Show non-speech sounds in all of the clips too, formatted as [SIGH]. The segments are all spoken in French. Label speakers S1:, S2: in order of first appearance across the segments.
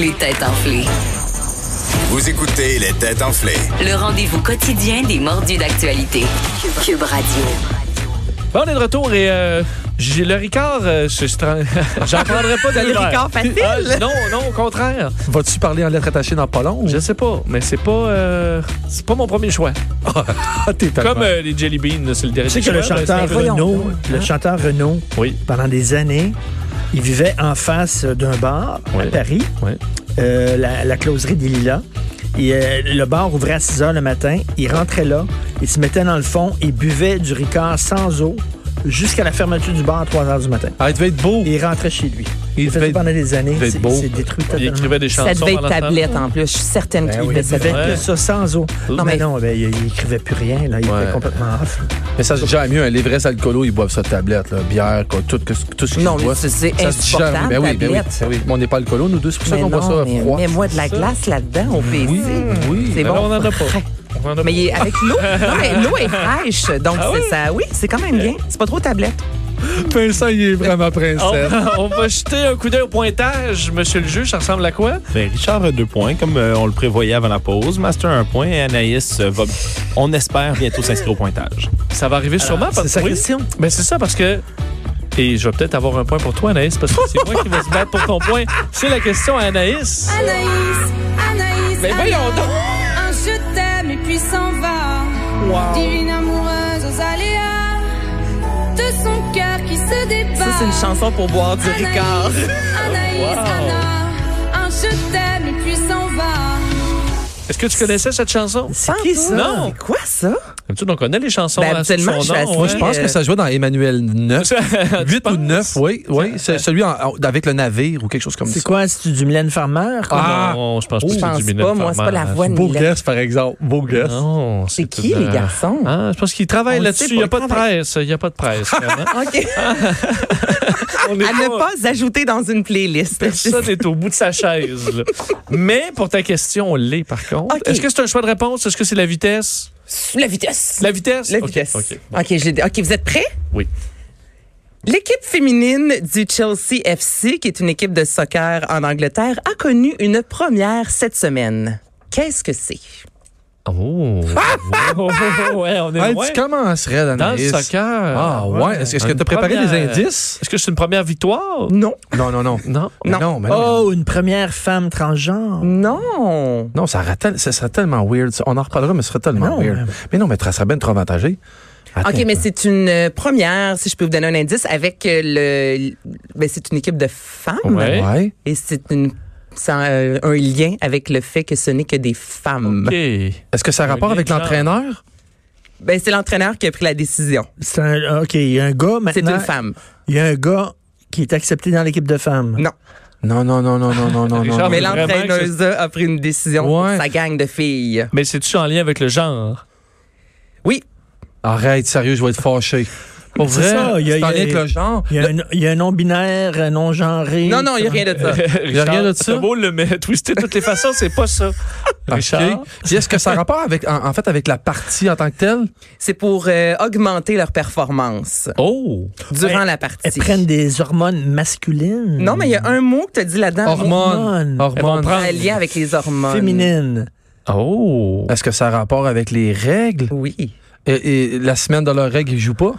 S1: Les têtes enflées.
S2: Vous écoutez les têtes enflées.
S1: Le rendez-vous quotidien des mordus d'actualité. Cube Radio.
S3: Bon, Ben, on est de retour et euh, j'ai le Ricard, euh, je- je tra- [LAUGHS] j'en prendrai pas de
S4: Le
S3: l'hiver.
S4: Ricard facile.
S3: Ah, non, non, au contraire.
S5: Vas-tu parler en lettres attachées dans pas long?
S3: Je sais pas, mais c'est pas, euh, c'est pas mon premier choix.
S5: Ah, t'es tellement-
S3: Comme euh, les Jelly Beans, là, c'est le dernier
S6: Tu sais que
S3: choix.
S6: le
S3: mais
S6: chanteur
S3: c'est un peu-
S5: voyons
S6: Renaud,
S5: donc,
S6: le
S5: hein?
S6: chanteur Renaud,
S3: Oui.
S6: pendant des années, il vivait en face d'un bar
S3: Ouais.
S6: à Paris,
S3: Ouais.
S6: euh, la, la closerie des Lilas. Et, euh, le bar ouvrait à 6 heures le matin. Il rentrait là, il se mettait dans le fond, il buvait du ricard sans eau jusqu'à la fermeture du bar à 3 heures du matin.
S3: Ah, il devait être beau.
S6: Et il rentrait chez lui.
S3: Il
S6: Il, le faisait
S3: devait-
S6: pendant des années.
S3: devait être
S6: C'est
S3: beau.
S6: c'est détruit
S3: Il
S6: totalement. Ben
S3: écrivait des chansons.
S4: Ça devait être
S3: pendant ce temps.
S4: tablette en plus. Je suis certaine qu'il
S6: Il
S4: devait ça.
S6: buvait
S3: Ouais.
S6: que ça sans eau.
S4: Non,
S6: Non,
S4: mais-
S6: mais non, ben, il, il écrivait plus rien. Là. Il
S3: Ouais. Ah,
S6: était complètement off.
S5: Mais ça se digère mieux. hein. Un livret alcoolo, ils boivent ça de tablette, là. bière, quoi, tout, que- tout ce qu'ils
S4: Non, mais
S5: boivent.
S4: c'est- c'est
S5: Ça se digère,
S4: insupportable,
S5: Ben oui, ben oui,
S4: tablette.
S5: ben oui. Mais on n'est pas alcoolo, nous deux, c'est pour ça
S4: Mais
S5: qu'on boit
S4: non,
S5: ça
S4: mais
S5: froid.
S4: mets-moi de la glace là-dedans au PC.
S5: oui.
S3: Mais
S4: C'est bon.
S3: là, Ben, on en a
S4: [LAUGHS]
S3: pas. On en a
S4: Mais
S3: pas.
S4: il est avec l'eau. Non, mais l'eau est fraîche. Donc,
S3: Ah
S4: c'est
S3: oui?
S4: ça. Oui, c'est quand même bien. C'est pas trop tablette.
S5: Vincent, il est vraiment
S3: On,
S5: princesse.
S3: on va jeter un coup d'œil au pointage, monsieur le juge. Ça ressemble à quoi?
S7: Ben, Richard a deux points, comme euh, on le prévoyait avant la pause. Master un point et Anaïs euh, va, on espère, bientôt s'inscrire au pointage.
S3: Ça va arriver sûrement. parce-
S6: C'est sa
S3: oui.
S6: question.
S3: Ben, c'est ça parce que. Et je vais peut-être avoir un point pour toi, Anaïs, parce que c'est moi qui vais se battre pour ton point. C'est la question à Anaïs. Ah!
S8: Anaïs, Anaïs,
S4: Ben,
S3: Mais voyons donc!
S8: un je t'aime et puis s'en va. Divine amoureuse aux aléas de son cœur qui se débat.
S4: Ça, c'est une chanson pour boire du
S8: Anaïs,
S4: ricard. [LAUGHS]
S8: Anaïs,
S3: Wow.
S8: Anna, un je t'aime et puis s'en va.
S3: Est-ce que tu connaissais cette chanson?
S6: C'est qui ça?
S3: Non!
S4: C'est quoi ça?
S3: D'habitude, on connaît les chansons.
S4: Ben,
S3: à son
S4: habituellement, je suis
S3: nom,
S4: assis.
S3: hein. [LAUGHS]
S5: Moi, [LAUGHS] je pense que ça jouait dans Emmanuel 9. 8 ou 9, oui. oui c'est celui en- en- avec le navire ou quelque chose comme ça.
S6: C'est quoi? C'est du Mylène Farmer? quoi?
S3: Ah, non, je pense pas que
S4: Je
S3: c'est
S4: pense
S3: du Mylène
S4: pas. Moi, c'est pas
S3: Farmer,
S4: la
S3: hein.
S4: voix de [LAUGHS] Mylène.
S5: par exemple. Beau gosse.
S3: Non,
S4: C'est qui,
S3: une-
S4: les garçons?
S3: Ah, je pense qu'ils travaillent
S4: On
S3: là-dessus.
S4: le sait
S3: Il n'y a
S4: pas,
S3: pas de
S4: ils travaillent.
S3: presse. Il n'y a pas de presse. vraiment.
S4: OK.
S3: On est
S4: [LAUGHS] À ne pas ajouter dans une playlist.
S3: Ah, Personne n'est au bout de sa chaise. là. Mais pour ta question, on l'est par contre.
S4: Ok.
S3: Est-ce que c'est un choix de réponse? Est-ce que c'est la vitesse?
S4: [LAUGHS] Sous la vitesse.
S3: La vitesse?
S4: La
S3: Ok,
S4: vitesse.
S3: ok.
S4: OK, je l'ai dit. OK, vous êtes prêts?
S3: Oui.
S4: L'équipe féminine du Chelsea FC, qui est une équipe de soccer en Angleterre, a connu une première cette semaine. Qu'est-ce que c'est?
S3: Oh! [LAUGHS] ouais, on est
S5: Hey,
S3: loin.
S5: Tu commencerais,
S3: Dans le
S5: Anaïs.
S3: soccer.
S5: Ah, ouais. Est-ce est-ce que
S3: Une
S5: tu as préparé des
S3: première- euh,
S5: indices?
S3: Est-ce que c'est une première victoire?
S4: Non.
S5: Non, non, non.
S3: Non.
S5: Mais Non, mais non.
S6: Oh, une première femme transgenre.
S4: Non.
S5: Non, ça, aurait tel- ça serait tellement weird. ça. On en reparlera, mais ce serait tellement
S6: Non,
S5: weird.
S6: mais-
S5: Mais non, mais ça serait bien trop avantagé. Attends
S4: OK,
S5: un
S4: mais
S5: peu.
S4: c'est une euh, première, si je peux vous donner un indice, avec euh, le... Ben, c'est une équipe de femmes.
S3: Ouais.
S5: Ouais.
S4: Et c'est une... ça a, euh, un lien avec le fait que ce n'est que des femmes.
S3: OK.
S5: Est-ce que ça a rapport
S3: lien
S5: avec
S3: de genre.
S5: l'entraîneur?
S4: Ben, c'est l'entraîneur qui a pris la décision.
S6: C'est un, ah, OK, il y a un gars maintenant.
S4: C'est une femme.
S6: Il y a un gars qui est accepté dans l'équipe de femmes.
S4: Non.
S5: Non, non, non, non, non, non,
S6: [LAUGHS]
S5: non,
S3: Richard,
S5: non.
S4: Ah, Mais
S3: Vraiment que
S4: l'entraîneuse a pris une décision
S5: Ouais.
S4: pour sa gang de filles.
S3: Mais c'est-tu en lien avec le
S5: [LAUGHS]
S3: genre?
S4: Oui.
S5: Arrête, sérieux, je vais être fâché. Pour
S6: C'est
S5: vrai,
S6: ça, il y a-
S5: c'est en
S6: il y
S5: lien
S6: a-
S5: avec le genre.
S6: Il y a un, il y a un non-binaire, un non-genré.
S4: Non, non, il n'y a rien de ça.
S3: Il
S5: rien de ça?
S3: C'est beau le mais- twister de toutes les façons, c'est pas ça.
S5: Ok.
S3: [LAUGHS] Richard.
S5: Puis est-ce que ça a rapport avec, en, en fait, avec la partie en tant que telle?
S4: C'est pour euh, augmenter leur performance
S3: Oh!
S5: Ben,
S4: durant la
S6: Elles
S4: partie.
S6: prennent des hormones masculines.
S4: Non, mais il y a un mot que tu as dit là-dedans.
S5: Hormone.
S6: hormones.
S5: Hormone.
S3: Elles vont
S4: Un lien avec les hormones.
S6: Féminines.
S3: Oh!
S5: Est-ce que ça a rapport avec les règles?
S4: Oui.
S5: Et, et la semaine de leurs règles, ils jouent pas?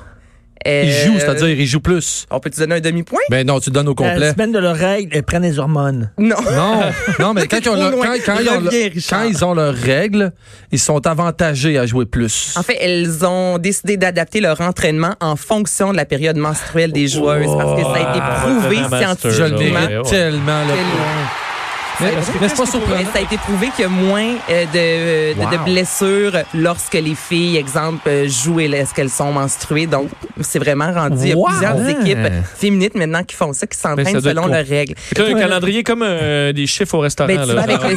S5: Ils
S4: Euh,
S5: jouent, c'est-à-dire ils jouent plus.
S4: On peut te donner un demi-point?
S5: Ben non, tu te donnes au
S6: La
S5: complet.
S6: Euh, semaine de leurs règles, elles prennent des hormones.
S4: Non. [LAUGHS]
S5: Non, non, mais quand, ils ont,
S4: Trop
S5: leur-
S4: loin.
S5: quand, quand ils ont leur-
S4: Reviens, Richard.
S5: quand ils ont leurs règles, ils sont avantagés à jouer plus.
S4: En fait, elles ont décidé d'adapter leur entraînement en fonction de la période menstruelle des joueuses parce que ça a été
S3: Ah,
S4: prouvé
S3: Madame Astor,
S5: je le
S3: Ouais,
S4: scientifiquement.
S3: Eh
S5: mérite
S3: ouais.
S5: tellement. le point. Mais, mais c'est pas
S4: Mais
S5: surprenant.
S4: ça a été prouvé qu'il y a moins euh, de, de- de
S5: Wow.
S4: blessures lorsque les filles, exemple, euh, jouent et lorsqu'elles sont menstruées. Donc, c'est vraiment rendu. Il y a
S5: Wow.
S4: plusieurs
S5: Ouais.
S4: équipes féministes maintenant qui font ça,
S3: Mais
S4: qui
S3: ça doit
S4: s'entraînent
S3: être
S4: selon
S3: cool.
S4: leurs règles.
S3: C'est un calendrier comme euh, des chiffres au restaurant.
S4: Ben, tu
S3: là,
S4: vas avec
S3: genre.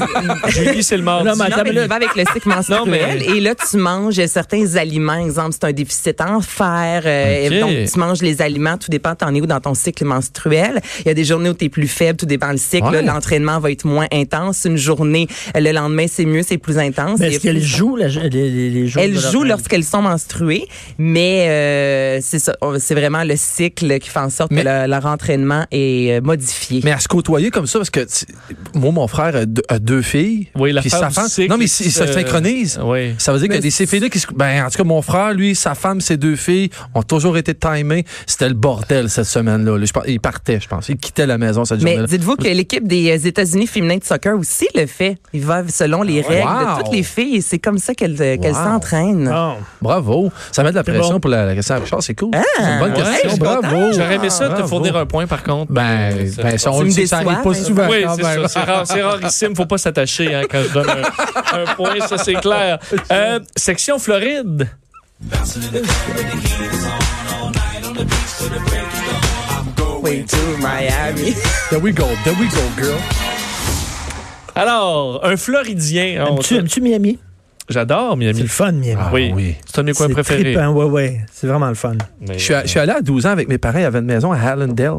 S3: [LAUGHS]
S4: le-
S3: Julie, c'est le mardi.
S6: Non, mais
S4: Non, mais tu vas avec le cycle menstruel
S3: Non, mais-
S4: et là, tu manges certains aliments. Exemple, c'est un déficit en fer. euh,
S3: Ok.
S4: Donc, tu manges les aliments. Tout dépend, t'en es où dans ton cycle menstruel. Il y a des journées où tu es plus faible. Tout dépend le cycle.
S5: Ouais.
S4: là, L'entraînement va être moins intense une journée. euh, Le lendemain, c'est mieux, c'est plus intense.
S6: Mais
S4: Il y a
S6: est-ce qu'elle
S4: plus-
S6: joue la- les, les- les jours
S4: Elles
S6: de leur
S4: jouent
S6: règne?
S4: lorsqu'elles sont menstruées, mais euh, c'est ça, on- c'est vraiment le cycle qui fait en sorte
S5: Mais-
S4: que le- leur entraînement est euh, modifié.
S5: Mais à se côtoyer comme ça, parce que tu- moi, mon frère a deux, a deux filles.
S3: Oui, la
S5: puis
S3: femme
S5: sa femme.
S3: du cycle,
S5: non, mais si- ça
S3: euh,
S5: synchronise.
S3: Oui.
S5: Ça veut dire qu'il y a des CPD qui se. Ben, en tout cas, mon frère, lui, sa femme, ses deux filles ont toujours été timés. C'était le bordel cette semaine-là. là. Je pense- Il partait, je pense. Il quittait la maison cette
S4: Mais
S5: journée-là.
S4: dites-vous que l'équipe des euh, États-Unis féminins de soccer aussi le fait. Ils vivent selon les règles
S5: Ah, Wow.
S4: de toutes les filles et c'est comme ça qu'elles euh, qu'elles
S5: Wow.
S4: s'entraînent.
S6: Ah.
S5: Bravo. Ça met de la
S6: C'est
S5: pression
S6: bon.
S5: pour la, la question à Richard. C'est cool.
S4: Ah,
S5: c'est une bonne
S3: ouais, je
S5: question.
S3: suis
S5: Bravo.
S3: J'aurais aimé ça te
S5: Ah, Bravo.
S3: fournir un point, par contre.
S5: Ben,
S3: Ça-
S5: ben, si on
S4: Tu
S5: le
S4: me
S5: sait, ça arrive
S4: déçois,
S5: pas
S4: hein.
S5: souvent. Ah, ben,
S3: Oui,
S5: quand
S3: c'est ça.
S5: même.
S3: C'est rare, c'est rarissime. Faut pas s'attacher hein, quand je donne un, un point, ça c'est clair. Euh, section Floride.
S4: Way to Miami.
S5: ben, There we go. There we go, girl.
S3: Alors, un Floridien. on-
S6: Aimes-tu aimes-tu Miami?
S3: J'adore
S6: C'est
S3: Miami.
S6: le fun, Miami.
S5: Ah,
S3: oui.
S5: oui.
S3: C'est un de mes coins
S6: C'est
S3: préférés.
S6: trippant, ouais, ouais. C'est vraiment le fun.
S3: Mais,
S5: Je suis, je suis allé à 12 ans avec mes parents, il y avait une maison à Hallandale.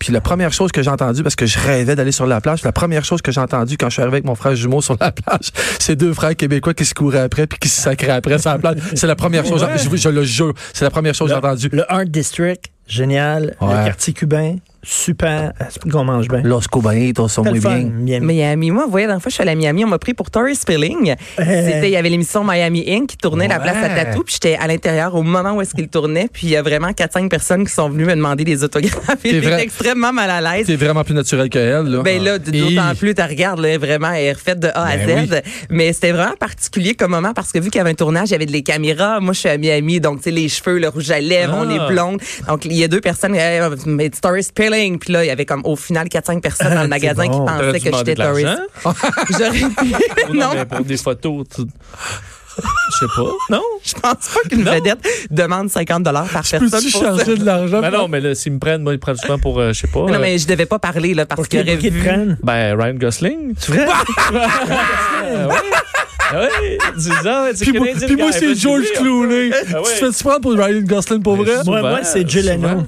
S5: Puis la première chose que j'ai entendue, parce que je rêvais d'aller sur la plage, la première chose que j'ai entendue quand je suis arrivé avec mon frère jumeau sur la [LAUGHS] plage, c'est deux frères québécois qui se couraient après puis qui se sacraient après sur la plage. C'est la première chose, je, je le jure, c'est la première chose que j'ai entendue.
S6: Le Art District, génial.
S5: Ouais.
S6: Le quartier cubain, super. Ah, C'est qu'on mange bien.
S5: Los cubanitos sont
S6: C'est
S5: muy
S6: le fun,
S5: bien.
S6: Miami.
S4: Miami, moi, vous voyez, la dernière fois, je suis allée à Miami, on m'a pris pour Tori Spilling. C'était, il y avait l'émission Miami Inc. qui tournait la place à
S5: Ouais.
S4: Tatou, puis j'étais à l'intérieur au moment où est-ce qu'il tournait, puis il y a vraiment 4-5 personnes qui sont venues me demander des autographes. et
S5: T'es
S4: J'étais
S5: vrai-
S4: extrêmement mal à l'aise.
S5: C'est vraiment plus naturel que elle. Là.
S3: Ah.
S5: Ah.
S4: Ben là, d- d'autant
S5: Et-
S4: plus, tu regardes, là, vraiment, elle est refaite de A à
S5: Ben
S4: Z. Mais c'était vraiment particulier comme moment parce que vu qu'il y avait un tournage, il y avait des caméras. Moi, je suis à Miami, donc, tu sais, les cheveux, le rouge à lèvres,
S3: Ah.
S4: on est blonde. Donc, il y a deux personnes, hey, mais c'est Tourist Peeling. Puis là, il y avait comme au final 4-5 personnes
S3: [LAUGHS]
S4: dans le magasin
S6: bon.
S4: qui
S3: T'aurais
S4: pensaient
S3: dû
S4: que
S3: demander
S4: j'étais
S3: de l'argent? Oh,
S4: Tourist. [LAUGHS]
S3: [LAUGHS]
S4: J'aurais pu-
S3: Non,
S4: non,
S3: mais pour des photos, tu- je sais pas. Non?
S4: je pense pas qu'une
S3: Non.
S4: vedette demande 50 dollars par personne.
S5: Peux-tu
S4: pour ça.
S5: charger de l'argent?
S3: Ben non, mais là, s'ils me prennent, moi, ils prennent souvent pour, euh, je sais pas.
S4: Non,
S3: euh,
S4: mais je devais pas parler, là, parce
S6: Pour
S4: qu'il
S6: qu'ils
S4: aurait
S6: qu'ils te
S4: vu.
S6: prennent.
S3: Ben, Ryan Gosling.
S6: C'est vrai?
S5: [LAUGHS]
S3: Ah ouais. Ah ouais, dis-en, ouais, tu
S5: Puis moi,
S3: connais dire
S5: puis moi,
S3: qu'elle
S5: c'est
S3: veut
S5: George
S3: jouer.
S5: Clooney.
S3: Ah ouais.
S5: Tu te fais prendre pour Ryan Gosling pour
S3: Mais
S5: vrai?
S3: Ben, souvent,
S6: Moi, moi, c'est Jill Leno.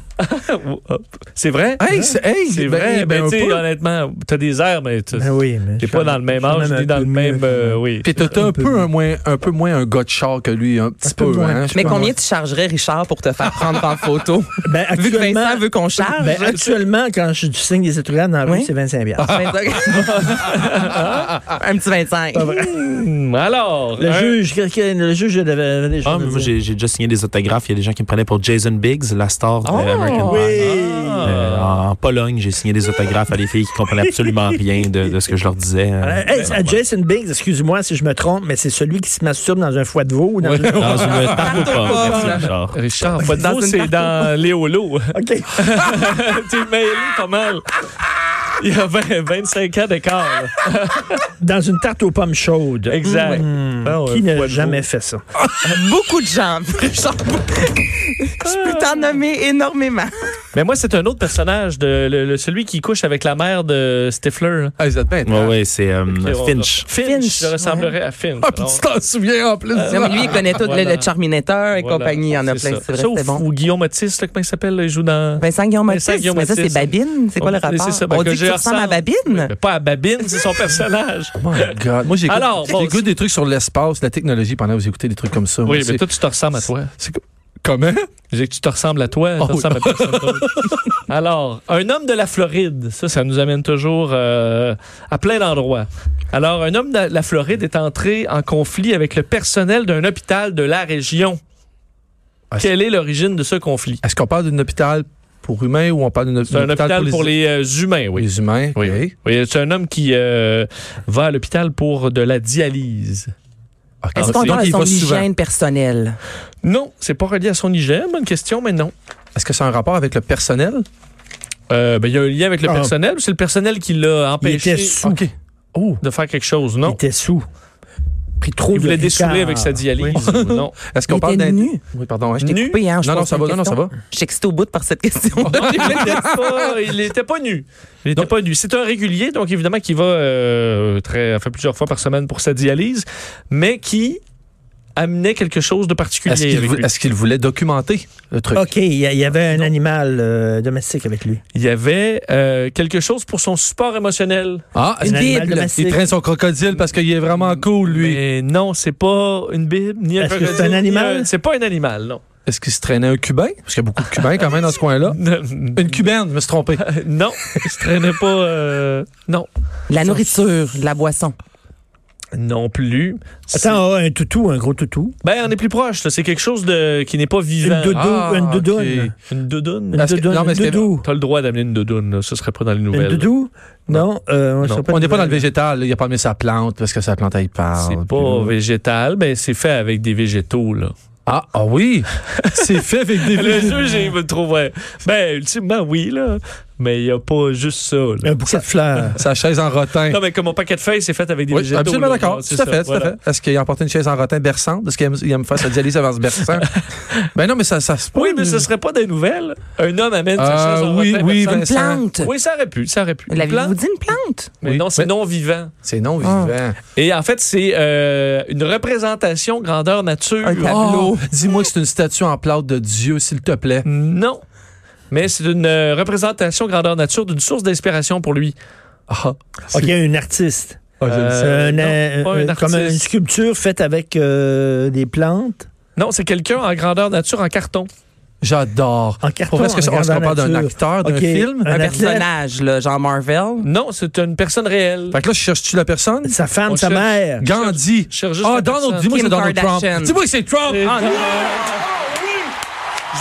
S3: [LAUGHS] C'est vrai? Hein?
S5: Hey, c'est hey,
S3: C'est
S5: ben-
S3: vrai,
S5: ben,
S3: mais tu
S5: un
S3: sais,
S5: peu.
S3: honnêtement, t'as des airs, mais tu-
S6: Ben oui, mais.
S3: t'es
S6: je
S3: pas
S6: suis
S3: dans le même âge,
S6: je suis
S3: ni dans le
S6: un peu mieux
S3: même.
S6: que-
S3: euh, oui.
S5: Puis t'as t'as un peu un moins, un peu moins un gars de char que lui, un petit peu.
S6: peu moins.
S5: hein, je
S4: Mais
S5: pense.
S4: combien tu chargerais, Richard, pour te faire prendre
S3: [LAUGHS]
S4: en photo?
S6: Ben,
S4: Vu que
S6: actuellement,
S4: Vincent veut qu'on charge.
S6: ben, actuellement, quand je signe des autographes dans la rue,
S4: Oui.
S6: c'est 25 bières.
S4: un petit 25.
S3: Hmm, Alors,
S6: Le
S3: un-
S6: juge, quelqu'un- le juge devait. des
S7: Ah,
S6: choses
S7: mais
S6: à
S7: moi,
S6: dire.
S7: j'ai j'ai déjà signé des autographes. Il y a des gens qui me prenaient pour Jason Biggs, la star de American Pie.
S3: Ah.
S7: Euh, en, en Pologne, j'ai signé des autographes à des filles qui comprenaient absolument rien de, de ce que je leur disais.
S6: Euh,
S7: Euh,
S6: hey,
S3: Ben,
S6: c'est- Jason Biggs, excuse-moi si je me trompe, mais c'est celui qui se masturbe dans un foie de veau.
S3: [LAUGHS]
S6: ou Dans
S5: [LAUGHS]
S6: une-
S7: dans une tarte aux pommes. Merci, Richard.
S3: Richard, pas de mots, c'est dans Léolo. [LAUGHS]
S6: OK.
S3: T'es mêlé pas mal. Il y a 20 25 ans d'écart. là.
S6: Dans une tarte aux pommes chaudes.
S3: Exact. Ah ouais,
S6: Qui
S3: foie
S6: n'a
S3: de
S6: jamais
S3: veau. Oh.
S6: fait ça?
S4: Beaucoup de gens. Richard. Je peux t'en nommer énormément.
S3: Mais moi, c'est un autre personnage, de, le- le- celui qui couche avec la mère de Stifler. là.
S5: Ah, vous êtes bien.
S7: Ouais, ouais, c'est euh, Finch.
S3: Finch. Je ressemblerais à Finch.
S5: Ah, puis tu t'en souviens en plus.
S4: Non, Euh, mais lui, il connaît tout
S3: Voilà.
S4: le, le Charminator et
S3: Voilà.
S4: compagnie. Il y en a
S3: C'est
S4: plein.
S3: ça.
S4: C'est vrai,
S3: Sauf
S4: c'est bon.
S3: ou Guillaume Otis, là, comment il s'appelle, là, il joue dans...
S4: Vincent Guillaume Matisse.
S3: Vincent Guillaume
S4: Mais ça,
S3: Matisse.
S4: c'est Babine. C'est quoi le
S3: Oh,
S4: rapport?
S3: c'est ça, ben,
S4: On
S3: que Ah,
S4: dit
S3: je
S4: que tu ressembles à
S3: ressemble.
S4: Babine.
S3: Mais pas à Babine, c'est son personnage.
S5: Oh my God. Moi, j'écoute
S3: Alors, bon,
S5: j'écoute des trucs sur l'espace, la technologie pendant que vous écoutez des trucs comme ça. Moi,
S3: Oui, mais
S5: c'est-
S3: toi, tu te ressembles à toi.
S5: c'est- Comment?
S3: J'ai que tu te ressembles à toi,
S5: Oh
S3: tu te
S5: oui.
S3: ressembles à personne
S5: [LAUGHS]
S3: d'autre. Alors, un homme de la Floride, ça, ça nous amène toujours euh, à plein d'endroits. Alors, un homme de la Floride est entré en conflit avec le personnel d'un hôpital de la région.
S5: Ah, c'est-
S3: Quelle est l'origine de ce conflit?
S5: Est-ce qu'on parle d'un hôpital pour humains ou on parle d'un
S3: C'est un hôpital pour les euh, humains, oui.
S5: les humains?
S3: Oui, oui. Oui, c'est un homme qui euh, va à l'hôpital pour de la dialyse.
S5: OK. Ah,
S4: Est-ce
S5: Donc,
S4: qu'on parle
S5: il
S4: de
S5: va
S4: son
S5: souvent.
S4: hygiène personnelle?
S3: Non, c'est pas relié à son hygiène, bonne question, mais non.
S5: Est-ce que c'est un rapport avec le personnel?
S3: Euh, ben, Il y a un lien avec le
S6: Ah.
S3: personnel, ou c'est le personnel qui l'a
S6: Il
S3: empêché
S6: était sous.
S5: OK.
S6: Oh.
S3: de faire quelque chose,
S6: Il
S3: non?
S6: était sous. Pris trop
S3: Il
S6: de
S3: voulait
S6: Ricard.
S3: dessouler avec sa dialyse, ou non?
S5: Est-ce
S4: Il
S5: qu'on parle
S4: était
S5: d'un...
S4: nu.
S5: Oui, pardon. hein, je t'ai-
S3: Nu?
S4: Coupé, hein, je
S5: Non, non,
S4: pose
S5: ça
S4: une
S5: va, non, non,
S4: question.
S5: ça va. [LAUGHS]
S4: Je suis excitée au bout par cette question.
S3: Il était pas- il n'était pas nu. Il n'était pas nu. C'est un régulier, donc évidemment qui va euh, très, enfin, plusieurs fois par semaine pour sa dialyse, mais qui amenait quelque chose de particulier.
S5: Est-ce qu'il
S3: avec
S5: vou-
S3: lui.
S5: est-ce qu'il voulait documenter le truc?
S6: OK, il y, a- il y avait un animal euh, domestique avec lui.
S3: Il y avait euh, quelque chose pour son support émotionnel.
S5: Ah,
S6: Un
S5: une
S6: animal
S5: Bible.
S6: domestique.
S5: Il traîne son crocodile parce qu'il est vraiment cool, lui.
S3: Mais non, c'est pas une bible ni
S6: Est-ce que c'est
S3: crocodile,
S6: un
S3: ni euh,
S6: animal?
S3: C'est pas un animal, non. [LAUGHS]
S5: Est-ce qu'il se traînait un Cubain? Parce qu'il y a beaucoup de Cubains quand même dans ce coin-là. Une Cubaine, je me suis trompé.
S3: non, il se traînait pas. euh, non,
S4: La nourriture, la boisson.
S3: non plus. C'est-
S6: Attends, ah, un toutou, un gros toutou.
S3: Ben, on est plus proche. là. C'est quelque chose de qui n'est pas vivant.
S6: Une doudou,
S5: Ah,
S6: une doudoune.
S5: ok.
S3: Une doudoune.
S5: Parce que-
S6: doudoune,
S5: non, mais
S6: une
S5: c'est-
S6: doudoune.
S3: T'as le droit d'amener une doudoune. là. Ce serait pas dans les
S6: Une
S3: nouvelles.
S6: doudou? Non, euh, on
S5: Non.
S6: sera
S5: On n'est pas dans le
S6: nouvelles.
S5: végétal. là. Il a pas mis sa plante parce que sa plante, elle parle.
S3: C'est
S5: Ah, Puis
S3: pas
S5: là-
S3: végétal, mais c'est fait avec des végétaux. Là.
S5: Ah, ah oui! C'est fait avec des
S3: Le
S5: végétaux.
S3: jeu, j'ai me trouvé. Ben, ultimement, oui, là. Mais il n'y a pas juste ça. là.
S6: Un bouquet de fleurs.
S5: Sa chaise en rotin.
S3: [LAUGHS] Non, mais comme mon paquet de feuilles, c'est fait avec des
S5: Oui,
S3: végétaux.
S5: absolument
S3: là. Non,
S5: d'accord. Tout
S3: c'est ça,
S5: à fait, tout à
S3: voilà.
S5: fait. Est-ce qu'il a emporté une chaise en rotin berçante? Est-ce qu'il aime, il aime faire sa dialyse avant
S3: [LAUGHS]
S5: ce berçant? ben non, mais ça, ça se peut.
S3: Oui, mais ce serait pas des nouvelles. Un homme amène sa
S5: Ah,
S3: chaise en
S5: oui,
S3: rotin,
S5: oui,
S3: personne-
S5: Vincent.
S4: Plante.
S3: Oui, ça aurait pu, ça aurait pu. Une
S4: L'avez-vous
S3: plante,
S4: dit une plante?
S3: mais
S5: Oui.
S3: non, c'est
S5: Mais-
S3: non vivant.
S5: C'est non vivant.
S3: Et en fait, c'est euh, une représentation grandeur nature.
S4: Un tableau.
S5: Oh, Dis-moi que c'est une statue en plâtre de Dieu, s'il te plaît.
S3: Non. Mais c'est une euh, représentation grandeur nature d'une source d'inspiration pour lui.
S5: Ah,
S6: OK, un artiste.
S3: Euh,
S6: C'est un,
S3: non,
S6: euh,
S3: pas
S6: euh,
S3: un artiste.
S6: comme une sculpture faite avec euh, des plantes.
S3: Non, c'est quelqu'un en grandeur nature en carton.
S5: J'adore.
S6: En carton,
S5: Pour vrai, est-ce que
S6: en
S5: ça- est-ce qu'on
S6: grandeur
S5: parle d'un
S6: nature.
S5: acteur, d'un
S6: OK,
S5: film?
S6: un
S4: Un
S6: athlète.
S4: personnage, là, genre Marvel.
S3: Non, c'est une personne réelle.
S5: Fait que là, je cherche-tu la personne?
S6: Sa femme,
S3: On
S6: sa
S3: cherche.
S6: mère.
S5: Gandhi.
S3: Je cherche juste
S5: Ah,
S3: la
S5: Donald,
S3: personne.
S5: dis-moi que
S4: Kim
S5: c'est Donald
S4: Kardashian.
S5: Trump. Dis-moi que c'est Trump.
S3: C'est
S5: Ah, non.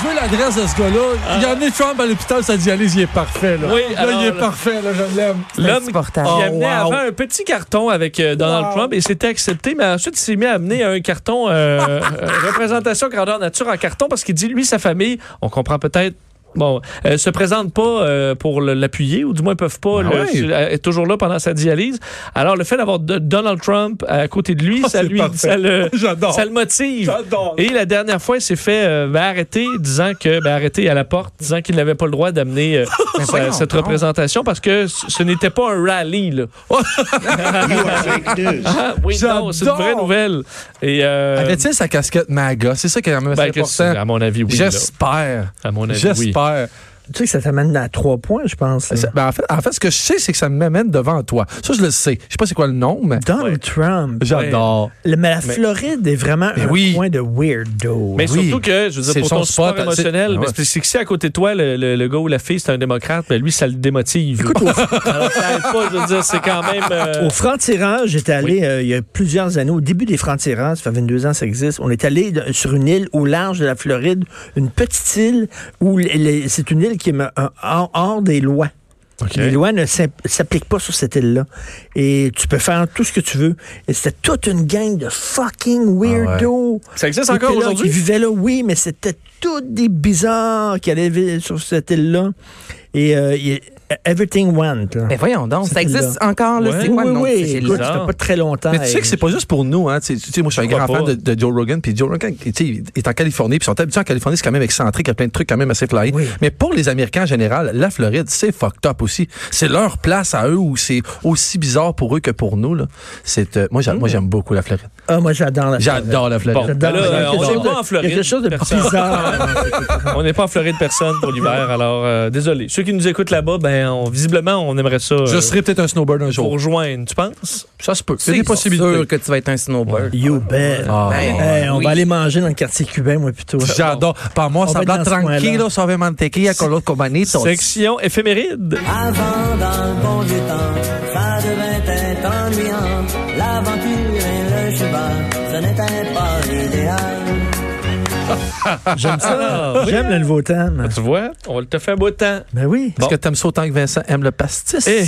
S5: Je veux l'adresse de ce gars-là. Il a amené Trump à l'hôpital, sa dialyse, il est parfait. Là,
S3: Oui,
S5: là
S3: alors,
S5: il est
S3: là-
S5: parfait, là, je l'aime.
S3: L'homme qui
S4: insupportable.
S5: Oh,
S3: amenait
S5: wow.
S3: avant un petit carton avec euh, Donald Trump et c'était accepté, mais ensuite il s'est mis à amener un carton
S5: [LAUGHS]
S3: euh, euh, représentation grandeur nature en carton parce qu'il dit lui sa famille, on comprend peut-être. Bon, euh, se présente pas euh, pour le- l'appuyer ou du moins peuvent pas
S5: Ben
S3: le-
S5: ouais.
S3: su- euh, est toujours là pendant sa dialyse. Alors le fait d'avoir de- Donald Trump à côté de lui,
S5: Oh,
S3: ça
S5: c'est
S3: lui
S5: parfait.
S3: ça le
S5: [LAUGHS] J'adore.
S3: ça le motive.
S5: J'adore.
S3: Et la dernière fois, il s'est fait euh, ben, arrêter, disant que ben, arrêter à la porte, disant qu'il n'avait pas le droit d'amener
S5: [LAUGHS]
S3: euh,
S4: Mais
S3: sa-
S4: voyons
S3: cette
S4: donc.
S3: représentation parce que c- ce n'était pas un rallye. [LAUGHS] Là. Ah, [LAUGHS] oui, non, c'est une vraie
S5: J'adore.
S3: nouvelle. Et euh,
S5: Avait-il sa casquette MAGA? Ah, C'est ça qui est quand même
S3: ben,
S5: assez
S3: que c'est- à
S5: important.
S3: mon avis, oui. là.
S5: J'espère.
S3: À mon avis, oui.
S5: J'espère.
S6: Tu sais que ça t'amène à trois points, je pense. là.
S5: Ça- ben, en, fait, en fait, ce que je sais, c'est que ça m'amène devant toi. Ça, je le sais. Je sais pas c'est quoi le nom, mais
S6: Donald Trump.
S5: j'adore.
S6: Le- mais la
S3: Mais-
S6: Floride est vraiment
S5: Mais
S6: un
S5: oui.
S6: point de weirdo.
S3: Mais
S5: Oui.
S3: surtout que, je veux
S5: C'est
S3: dire, pour
S5: son
S3: ton sport
S5: spot, c'est-
S3: émotionnel,
S5: Ah
S3: mais
S5: ouais.
S3: c'est- c'est que si à côté de toi, le, le- le gars ou la fille, c'est un démocrate, ben lui, ça le démotive. [LAUGHS] Alors, ça aide pas, je veux dire, c'est quand même... euh,
S6: Au franc-tirage, j'étais allé euh, il y a plusieurs années, au début des francs-tirages, ça fait 22 ans que ça existe, on est allé de- sur une île au large de la Floride, une petite île où les- les- c'est une île qui est me- euh, hors, hors des lois. Les lois ne s'im- s'appliquent pas sur cette île-là. Et tu peux faire tout ce que tu veux. Et c'était toute une gang de fucking weirdos.
S3: Ah Ça existe
S6: Qui
S3: encore
S6: étaient là,
S3: aujourd'hui?
S6: Qui vivaient là, oui, mais c'était tous des bizarres qui allaient vivre sur cette île-là. Et euh, il- everything went. là.
S4: Ben voyons donc,
S6: C'est
S4: ça existe
S6: là.
S4: encore, là.
S3: Ouais.
S4: c'est quoi
S6: oui,
S4: le nom
S6: oui,
S4: de ces
S6: écoute,
S4: gens-là?
S6: ça fait pas très longtemps.
S5: Mais tu sais que c'est pas juste pour nous, hein. Tu sais, tu sais, moi, je suis un
S3: Pourquoi
S5: grand fan
S3: pas?
S5: de, de Joe Rogan, puis Joe Rogan, tu sais, il est en Californie, puis ils sont habitués en Californie, c'est quand même excentrique, il y a plein de trucs quand même assez flyés.
S6: Oui.
S5: Mais pour les Américains en général, la Floride, c'est fucked up aussi. C'est leur place à eux où c'est aussi bizarre pour eux que pour nous, là. C'est, euh, moi, j'a- moi, j'aime beaucoup la Floride.
S6: Ah, moi, j'adore la
S5: J'adore la Floride.
S3: Bon.
S6: Floride. J'adore
S3: Ben là,
S6: la Floride.
S3: on
S6: Quelque
S3: n'est
S6: chose
S3: pas en
S6: de-
S3: Floride,
S6: Quelque chose de
S3: personne.
S6: bizarre.
S3: On n'est pas en Floride personne pour l'hiver, alors euh, désolé. Ceux qui nous écoutent là-bas, ben on- visiblement, on aimerait ça euh,
S5: Je serai peut-être un snowboard un
S3: pour
S5: jour.
S3: rejoindre, tu penses?
S5: Ça se peut. C'est
S4: C'est
S5: des
S4: sûr
S5: possibilités.
S4: que tu vas être un snowboard.
S6: you bet.
S5: Ah,
S4: Ben,
S6: Hey, on
S4: oui.
S6: va aller manger dans le quartier cubain, moi, plutôt.
S5: Euh, J'adore. Par moi,
S6: On
S5: ça
S6: va
S5: va
S6: être dans ce coin-là.
S5: tranquille, sauver mantequilla con los cobanitos.
S3: Section éphéméride.
S9: Avant dans le bon vieux temps, fin de vingt ennuyant, l'aventure et le cheval, ce n'était pas l'idéal.
S6: J'aime ça. J'aime le nouveau thème.
S3: Tu vois, on le te fait un beau temps.
S6: Ben oui.
S5: Est-ce que t'aimes ça autant que Vincent aime le pastis? [LAUGHS]
S3: Eh,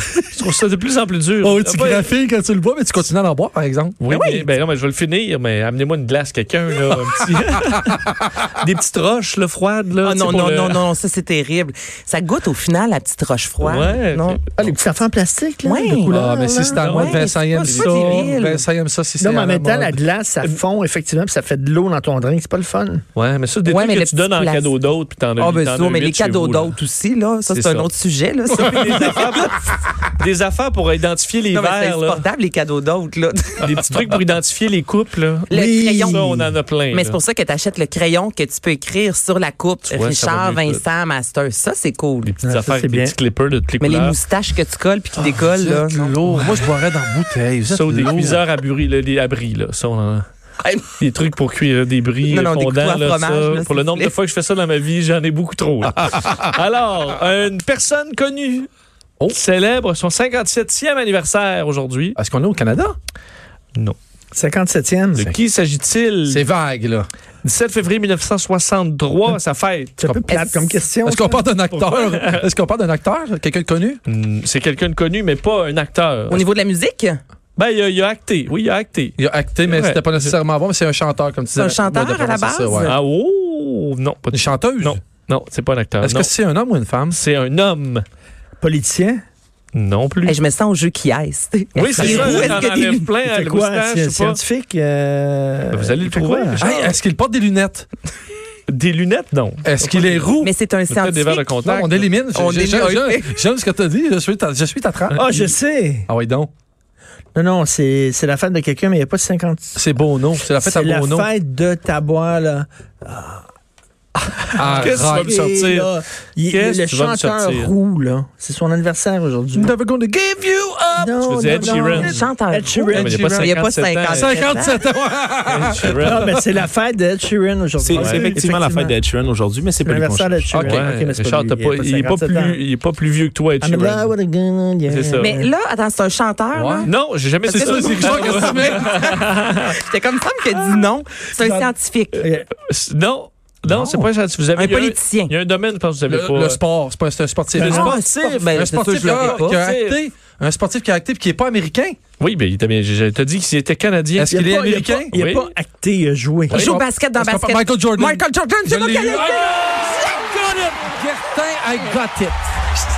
S3: [LAUGHS] je trouve ça de plus en plus dur.
S5: Oh,
S3: Ah,
S5: tu
S3: ben,
S5: graphies quand tu le bois, mais tu continues à l'en boire, par exemple.
S3: Oui, mais- ben non, mais je vais le finir, mais amenez-moi une glace, quelqu'un, là, un petit- [LAUGHS] Des petites roches, là, froides, là.
S4: Ah
S3: tu sais,
S4: non,
S3: pour
S4: non,
S3: le-
S4: non, non, ça c'est terrible. Ça goûte au final la petite roche froide.
S3: Ouais.
S4: non?
S6: Ah, les petits affaires en plastique, là.
S4: Ouais.
S6: de couleur,
S5: Ah, mais
S6: là.
S5: si c'est en
S4: Ouais,
S5: mode, Vincent
S4: c'est
S5: aime
S4: pas- c'est
S5: ça.
S4: pas débile.
S5: Vincent aime ça si c'est
S6: Non, mais
S5: à
S6: en même temps, la
S5: mode.
S6: glace, ça fond, effectivement, puis ça fait de l'eau dans ton drink. C'est pas le fun.
S3: Ouais, mais ça, c'est des
S4: Ouais,
S3: trucs
S4: mais
S3: que
S4: le
S3: tu donnes
S4: petit
S3: en
S4: plastique.
S3: cadeau d'autre, puis t'en as
S4: Ah,
S3: huit-
S4: ben
S3: t'en
S4: ça,
S3: as
S4: mais
S3: huit
S4: les
S3: chez
S4: cadeaux
S3: vous, là.
S4: d'autres aussi, là. Ça,
S3: C'est
S4: c'est un
S3: ça.
S4: [LAUGHS] autres sujet, là. ça.
S3: Des affaires- [LAUGHS] des affaires pour identifier les
S4: Non, mais c'est
S3: verres, là.
S4: insupportable, les cadeaux d'autres, là.
S3: des petits trucs pour identifier les coupes. Là.
S4: Le crayon.
S3: Ça, on en a plein.
S4: Mais
S3: là.
S4: c'est pour ça que tu achètes le crayon que tu peux écrire sur la coupe.
S3: vois, ça
S4: Richard,
S3: va mieux, tout.
S4: Vincent, Master. Ça, c'est cool.
S3: Les petites
S6: Ah, ça,
S3: affaires,
S6: c'est
S3: des
S6: bien.
S3: petits clippers de toutes les
S4: Mais les
S3: couleurs. Ah,
S4: moustaches que tu colles puis qui décollent, là.
S5: Vous êtes lourd. Moi, je boirais dans la bouteille. Vous êtes
S3: Ça, ou des
S5: lourd.
S3: cuiseurs à bris, là, les abris, là. Ça, on en a.
S4: Hey.
S3: Des trucs pour cuire des bris
S4: Non, non, des
S3: fondants,
S4: couteaux à
S3: là,
S4: fromage,
S3: ça.
S4: là,
S3: Pour
S4: s'il
S3: le
S4: vous
S3: nombre de
S4: plaît.
S3: fois que je fais ça dans ma vie, j'en ai beaucoup trop.
S4: [LAUGHS]
S3: là. Alors, une personne connue
S4: Oh.
S3: célèbre son 57e anniversaire aujourd'hui.
S5: Est-ce qu'on est au Canada?
S6: 57e.
S3: De qui s'agit-il?
S5: C'est vague, là.
S3: 17 février
S4: Hmm.
S3: 1963, sa fête.
S6: C'est un peu plate comme question.
S5: Est-ce qu'on parle d'un acteur? Est-ce qu'on parle d'un acteur? Quelqu'un de connu?
S3: Hmm, C'est quelqu'un de connu, mais pas un acteur.
S4: Au niveau de la musique,
S3: Ben, il a, il a acté. Oui, il a acté.
S5: Il a acté, mais
S3: Ouais.
S5: c'était pas nécessairement bon, mais c'est un chanteur, comme tu disais.
S4: un chanteur
S5: Ouais, de
S4: à la
S5: prononcer
S4: base?
S5: ouais.
S3: Ah, oh! Non, pas
S5: Une
S3: du
S5: chanteuse?
S3: Non. Non, c'est pas un acteur.
S5: Est-ce
S3: Non.
S5: que c'est un homme ou une femme?
S3: c'est un homme?
S6: Politicien?
S3: Non plus.
S4: Hey, je me sens au jeu qui est.
S3: Oui, c'est
S4: Les
S3: ça.
S4: roues,
S3: il
S4: est-ce
S3: en [LAUGHS]
S4: que des-
S3: enlève plein à
S6: C'est
S3: la
S6: quoi?
S3: Eh, moustache, je
S6: C'est
S3: sais pas. Ben,
S6: scientifique? euh,
S3: Vous allez le
S6: fait
S3: trouver.
S6: quoi?
S3: Richard.
S5: Hey, est-ce qu'il porte des lunettes?
S3: Des lunettes, non.
S5: Est-ce qu'il est roux?
S4: Mais c'est un
S3: Peut-être des verres de
S4: scientifique.
S5: Non,
S3: contact.
S5: on élimine.
S4: On
S5: J'ai- j'ai-
S4: élimine.
S5: j'ai- J'aime ce que tu as dit. Je suis ta, je suis ta trappe.
S6: Ah, je sais.
S5: Ah oui, donc.
S6: Non, non, c'est c'est la fête de quelqu'un, mais il n'y a pas 50.
S5: C'est Bono. C'est la fête à
S6: C'est la
S5: Bono.
S6: fête de Tabois, là.
S5: Ah,
S3: Qu'est-ce que tu vas
S5: rock.
S3: me sortir?
S6: là, il-
S3: Qu'est-ce
S6: le
S3: que tu vas me
S6: chanteur
S3: sortir?
S6: roux, là. C'est son anniversaire aujourd'hui.
S5: Never gonna give you up.
S6: Non,
S3: Tu veux
S6: non,
S3: dire Ed
S6: non.
S3: Sheeran?
S4: Chanteur.
S6: Ed Sheeran.
S3: Non, mais il y a pas
S4: Il y a pas
S3: 57 ans.
S5: 57 ans.
S3: Ed Sheeran.
S5: [LAUGHS]
S6: Non, mais Ah, ben, c'est la fête d'Ed Sheeran aujourd'hui.
S7: C'est c'est effectivement la fête d'Ed Sheeran aujourd'hui, mais c'est
S6: C'est
S7: pas lui qu'on
S6: l'anniversaire d'Ed
S7: cherche.
S6: Sheeran.
S3: Ouais,
S6: Ok, mais c'est
S3: Richard,
S6: lui.
S3: t'as pas- il est pas
S6: 57 ans.
S3: plus- il est pas plus vieux que toi, Ed
S6: I'm in love
S3: Sheeran.
S6: with a gun, hein, yeah.
S3: C'est ça.
S4: Mais là, attends, c'est un chanteur. là.
S3: Non, j'ai jamais dit ça.
S5: C'est ça, c'est que je
S4: [LAUGHS]
S5: vois que tu mets.
S4: J'étais comme ça qui a dit non. C'est un scientifique.
S6: Euh,
S3: Non, non, c'est pas ça. Vous avez
S4: Un
S3: il y a
S4: politicien.
S3: Il y a un domaine, je pense que vous avez
S5: Le
S3: pas. euh,
S5: le sport. C'est pas- C'est un sportif.
S3: Le
S5: Non.
S3: sport.
S4: Ah,
S3: sportif.
S4: ben,
S5: Un
S4: c'est sûr,
S5: sportif
S4: je
S5: qui
S4: l'aurais
S5: a
S4: pas.
S5: qui a acté. Un sportif qui a acté puis qui n'est pas américain.
S3: Oui, mais il t'a bien- j'ai- j'ai- t'as dit qu'il était canadien.
S5: Est-ce qu'il
S6: il
S5: est
S6: a pas-
S5: américain?
S6: Il n'a
S3: Oui.
S6: pas acté, il a joué.
S4: Il joue au
S5: bon.
S4: basket dans
S5: Est-ce qu'on
S4: basket.
S5: parle Michael Jordan.
S4: Michael Jordan,
S5: Je
S4: c'est moi
S5: l'ai
S4: qui allais
S5: eu.
S4: le
S5: Gertin, I got it.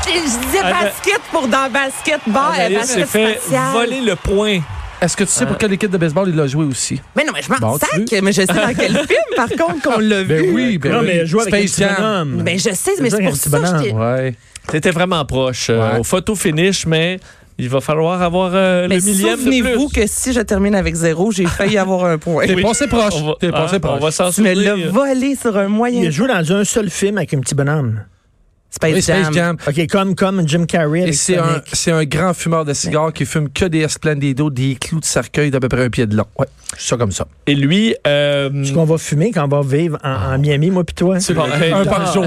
S4: Je disais basket pour dans basket bar.
S3: Anaïs s'est
S4: basket
S3: fait
S4: spatial.
S3: voler le point.
S5: Est-ce que tu sais pour quelle équipe de baseball il a joué aussi?
S4: Mais non, mais je m'en
S5: Bon, tu
S4: sac. Mais je
S5: [LAUGHS]
S4: sais dans quel film, par contre, qu'on l'a vu.
S5: Ben oui, ben
S6: Non,
S5: oui.
S6: mais il a joué avec un
S5: Space
S6: petit
S5: Jam.
S6: bonhomme.
S4: Ben, je sais, mais
S6: C'est
S4: c'est
S6: un
S4: pour
S6: petit
S4: ça que
S5: hein.
S6: bonhomme.
S4: je t'ai-
S5: Ouais.
S3: C'était vraiment proche. euh,
S5: Ouais.
S3: Au photo finish, mais il va falloir avoir euh,
S4: Mais
S3: le millième de plus.
S4: Ben, souvenez-vous que si je termine avec zéro, j'ai failli avoir un point.
S5: T'es passé proche.
S3: On va,
S5: T'es passé
S3: hein, on
S5: proche.
S3: va s'en
S4: Tu me
S3: souvenir.
S4: l'as volé sur un
S6: Il a
S4: moyen.
S6: joué dans un seul film avec un petit bonhomme.
S5: Oui,
S4: Space
S5: Space Jam.
S4: Jam.
S6: OK, comme, comme Jim Carrey
S5: Et
S6: avec
S5: c'est un,
S6: Sonic.
S5: c'est un grand fumeur de cigares qui fume que des Esplendido, des clous de cercueil d'à peu près un pied de long. Ouais, c'est ça comme ça.
S3: Et lui, euh,
S6: Ce qu'on va fumer quand on va vivre en, en Miami, moi pis toi.
S3: bon. ben, Hey,
S5: un par jour.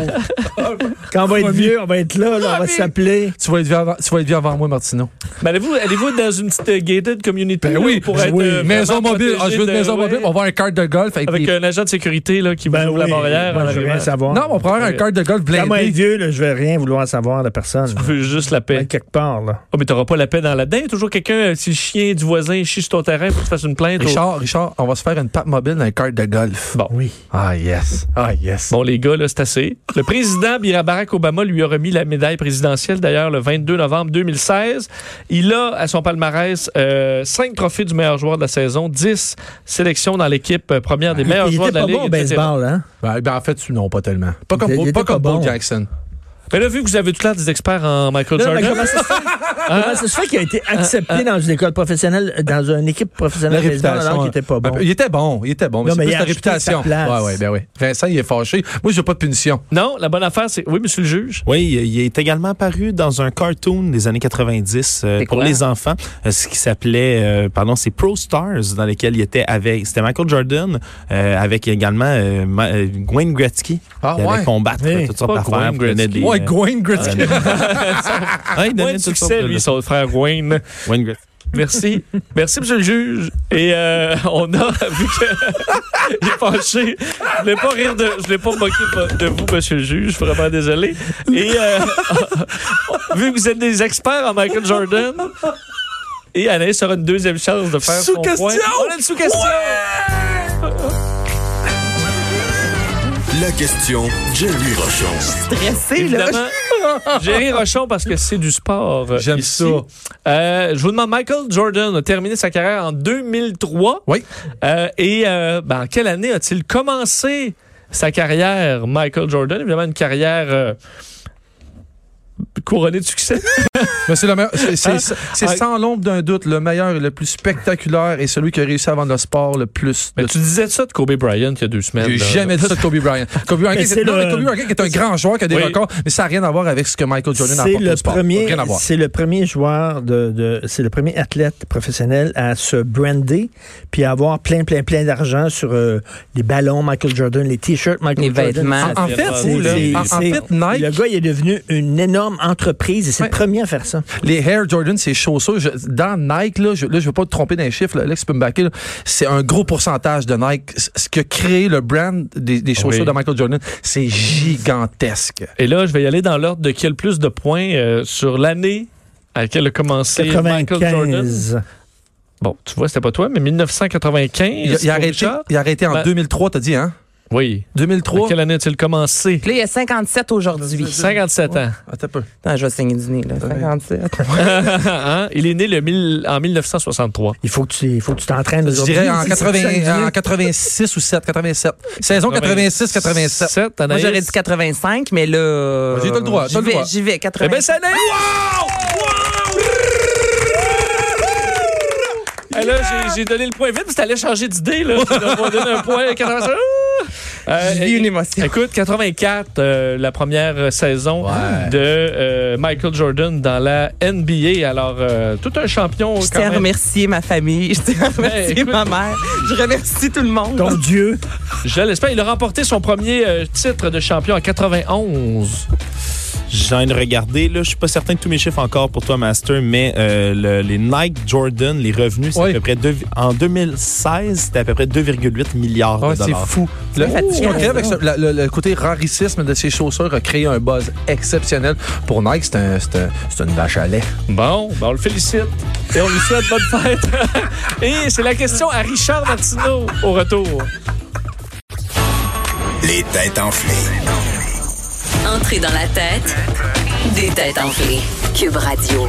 S6: Quand on va être vieux, on va être là, là, on va s'appeler.
S5: tu, vas être vieux avant, tu vas être vieux avant moi, Martino.
S3: mais allez-vous allez-vous dans une petite euh, gated community
S5: Ben
S3: là, pour être euh,
S5: maison
S3: vraiment
S5: mobile. Ah, je veux une
S3: protégé de-
S5: maison mobile.
S3: ouais,
S5: On va avoir un carte de golf avec,
S3: avec
S6: euh,
S5: des...
S3: un agent de sécurité là, qui vous
S6: Ben
S3: ouvre
S6: oui,
S3: la barrière. en
S6: moi, je veux
S3: arrivant.
S6: rien savoir.
S5: Non, on va prendre un carte de golf
S6: Quand on va
S5: blindé.
S6: être vieux, là, je vais rien vouloir savoir de personne.
S3: Tu veux juste la
S6: Je vais
S3: paix.
S6: être quelque part, là.
S3: Oh, mais t'auras pas la paix dans la dent. Il y a toujours quelqu'un, euh, si le chien du voisin chie sur ton terrain pour que tu fasses une plainte.
S5: Richard, Richard, on va se faire une patte mobile dans un carte de golf.
S3: Bon.
S6: Oui.
S5: Ah, yes. Ah, yes.
S3: Bon, les gars, là, c'est assez. Le président Bira- Barack Obama lui a remis la médaille présidentielle, d'ailleurs, le 22 novembre 2016. Il a, à son palmarès, euh, cinq trophées du meilleur joueur de la saison, 10 sélections dans l'équipe euh, première des meilleurs
S6: Ah, il
S3: joueurs
S6: était
S3: de la
S6: pas
S3: Ligue.
S6: bon au
S3: etc.
S6: baseball, hein?
S5: Ben, ben, en fait, tu- non, pas tellement. Pas
S6: Il
S5: comme,
S6: était- il
S5: pas,
S6: était
S5: comme
S6: pas
S5: Bo
S6: bon.
S5: Jackson.
S3: Mais là, vu que vous avez tout l'air des experts en Michael
S6: Non, mais
S3: Jordan,
S6: comment ça se fait? Comment ça se fait qu'il a été accepté dans une école professionnelle, euh, dans une équipe
S5: La
S6: professionnelle de baseball
S5: réputation.
S6: alors qu'il n'était pas
S5: Ben,
S6: bon?
S5: Il était bon, il était bon, mais
S6: Non,
S5: c'est
S6: mais
S5: plus
S6: il a
S5: la
S6: acheté
S5: réputation.
S6: sa place.
S5: Ouais, ouais, ben oui. Vincent, il est fâché. Moi, je veux pas de punition.
S3: non, la bonne affaire, c'est... Oui, monsieur le juge?
S7: Oui, il est également apparu dans un cartoon des années 90 euh,
S4: C'est
S7: pour
S4: quoi?
S7: les enfants, euh, ce qui s'appelait, euh, pardon, c'est Pro Stars, dans lequel il était avec, c'était Michael Jordan, euh, avec également euh, Ma- euh, Gwen Gretzky,
S5: Ah,
S7: qui allait
S5: ouais.
S7: combattre
S3: Hey,
S7: euh, toutes sortes
S3: pas
S7: d'affaires.
S3: Gwen
S7: puis donnait
S3: Gretzky.
S7: des,
S5: Ouais,
S7: euh,
S5: Gwen Gretzky.
S6: Ah,
S7: ouais,
S3: Point
S7: il donnait
S3: de
S7: toutes
S3: succès,
S7: sortes de-
S3: lui, son frère Wayne.
S7: Wayne Gretzky.
S3: Merci. Merci, monsieur le juge. Et euh, on a [LAUGHS] vu que il est penché. Je voulais pas rire de. Je voulais pas me moquer de- de vous, monsieur le juge. Je suis vraiment désolé. Et euh, [LAUGHS] vu que vous êtes des experts en Michael Jordan. Et Anaïs aura une deuxième chance de faire son
S5: Sous-question!
S3: point. On a une sous-question!
S2: La question Jerry Rochon.
S4: Stressé, là.
S3: Évidemment, Jerry Rochon parce que c'est du sport. euh,
S5: J'aime
S3: ici.
S5: ça.
S3: Euh, je vous demande, Michael Jordan a terminé sa carrière en 2003.
S5: Oui.
S3: Euh, et euh, ben, en quelle année a-t-il commencé sa carrière, Michael Jordan? Évidemment, une carrière euh, couronné de
S5: [LAUGHS]
S3: succès.
S5: Mais c'est le meilleur- c'est- c'est- c'est sans l'ombre d'un doute le meilleur et le plus spectaculaire et celui qui a réussi à vendre le sport le plus.
S3: Mais
S5: de
S3: tu disais ça de Kobe Bryant il y a deux semaines.
S5: J'ai
S3: là.
S5: jamais dit ça de Kobe Bryant. Kobe Bryant,
S6: Mais
S5: c'est-
S6: c'est
S5: non,
S6: le-
S5: mais Kobe Bryant qui est un grand joueur qui a des
S3: Oui.
S5: records, mais ça n'a rien à voir avec ce que Michael Jordan
S6: C'est
S5: apporte
S6: le
S5: au sport.
S6: premier,
S5: Rien à voir.
S6: c'est le premier joueur de, de- c'est le premier athlète professionnel à se brander puis à avoir plein plein plein d'argent sur euh, les ballons Michael Jordan, les t-shirts Michael
S4: Les
S6: Jordan.
S4: vêtements.
S5: En fait,
S6: C'est-
S5: vous, là,
S6: c'est-
S5: en- en
S6: c'est-
S5: fait, Nike-
S6: Le gars, il est devenu une énorme entreprise et c'est le
S5: Ouais.
S6: premier à faire ça.
S5: Les Air Jordan, ces chaussures, je- dans Nike, là, je, là, je veux pas te tromper d'un chiffre, là, Alex, tu peux me backer, là, c'est un gros pourcentage de Nike. C- Ce que crée le brand des, des chaussures
S3: Oui.
S5: de Michael Jordan, c'est gigantesque.
S3: Et là, je vais y aller dans l'ordre de qui a le plus de points euh, sur l'année à laquelle a commencé Michael Jordan.
S6: 95.
S3: Bon, tu vois, c'était pas toi, mais 1995.
S5: Il, a- il a,
S3: pour
S5: arrêté,
S3: Richard.
S5: il a arrêté en
S3: Ben-
S5: 2003, t'as dit, hein?
S3: Oui. À
S5: 2003?
S3: quelle année a-t-il commencé?
S4: Puis Là, il y a 57 aujourd'hui.
S3: 57 ans.
S5: Attends un peu.
S4: Attends, je vais saigner du nez, là. 57.
S3: [LAUGHS] Hein? Il est né le mille- en 1963.
S6: Il faut que tu, il faut que tu t'entraînes.
S5: Je dirais en,
S6: aujourd'hui.
S5: 80 en 86 ou 7, 87. Saison 86-87.
S3: Sept,
S4: Moi,
S3: Anaïs.
S4: j'aurais dit 85, mais là.
S5: Vas-y, t'as le droit, t'as
S4: J'y
S5: le droit.
S4: vais, j'y vais.
S3: Eh bien,
S4: 85.
S3: c'est Anaïs! Eh là, j'ai- j'ai donné le point vite, parce que t'allais changer d'idée. là. On va donner un point.
S4: [LAUGHS]
S3: 85. Euh,
S4: Je vis une émotion.
S3: Écoute, 84, euh, la première euh, saison de euh, Michael Jordan dans la NBA. Alors, euh, tout un champion.
S4: Je
S3: quand
S4: tiens à
S3: même.
S4: remercier ma famille, je tiens à remercier
S3: écoute.
S4: ma mère, je remercie tout le monde.
S6: Ton Dieu.
S3: Je l'espère. Il a remporté son premier euh, titre de champion en 91.
S7: J'ai envie de regarder, là. Je suis pas certain de tous mes chiffres encore pour toi, Master, mais euh, le- les Nike Jordan, les revenus, c'est
S5: Oui.
S7: à peu près deux- en 2016, c'était à peu près 2,8 milliards
S5: Ah,
S7: de
S5: c'est
S7: dollars.
S5: fou. Le,
S4: C'est fatigant,
S5: ce qu'on crée avec
S4: ça.
S5: ce- la- le, le côté raricisme de ces chaussures a créé un buzz exceptionnel. Pour Nike, c'est un, c'est un- c'est une vache à lait.
S3: Bon, ben on le félicite. Et on lui souhaite bonne fête. [LAUGHS] Et c'est la question à Richard Martineau au retour.
S2: Les têtes enflées.
S1: Entrée dans la tête des têtes enflées. Cube Radio.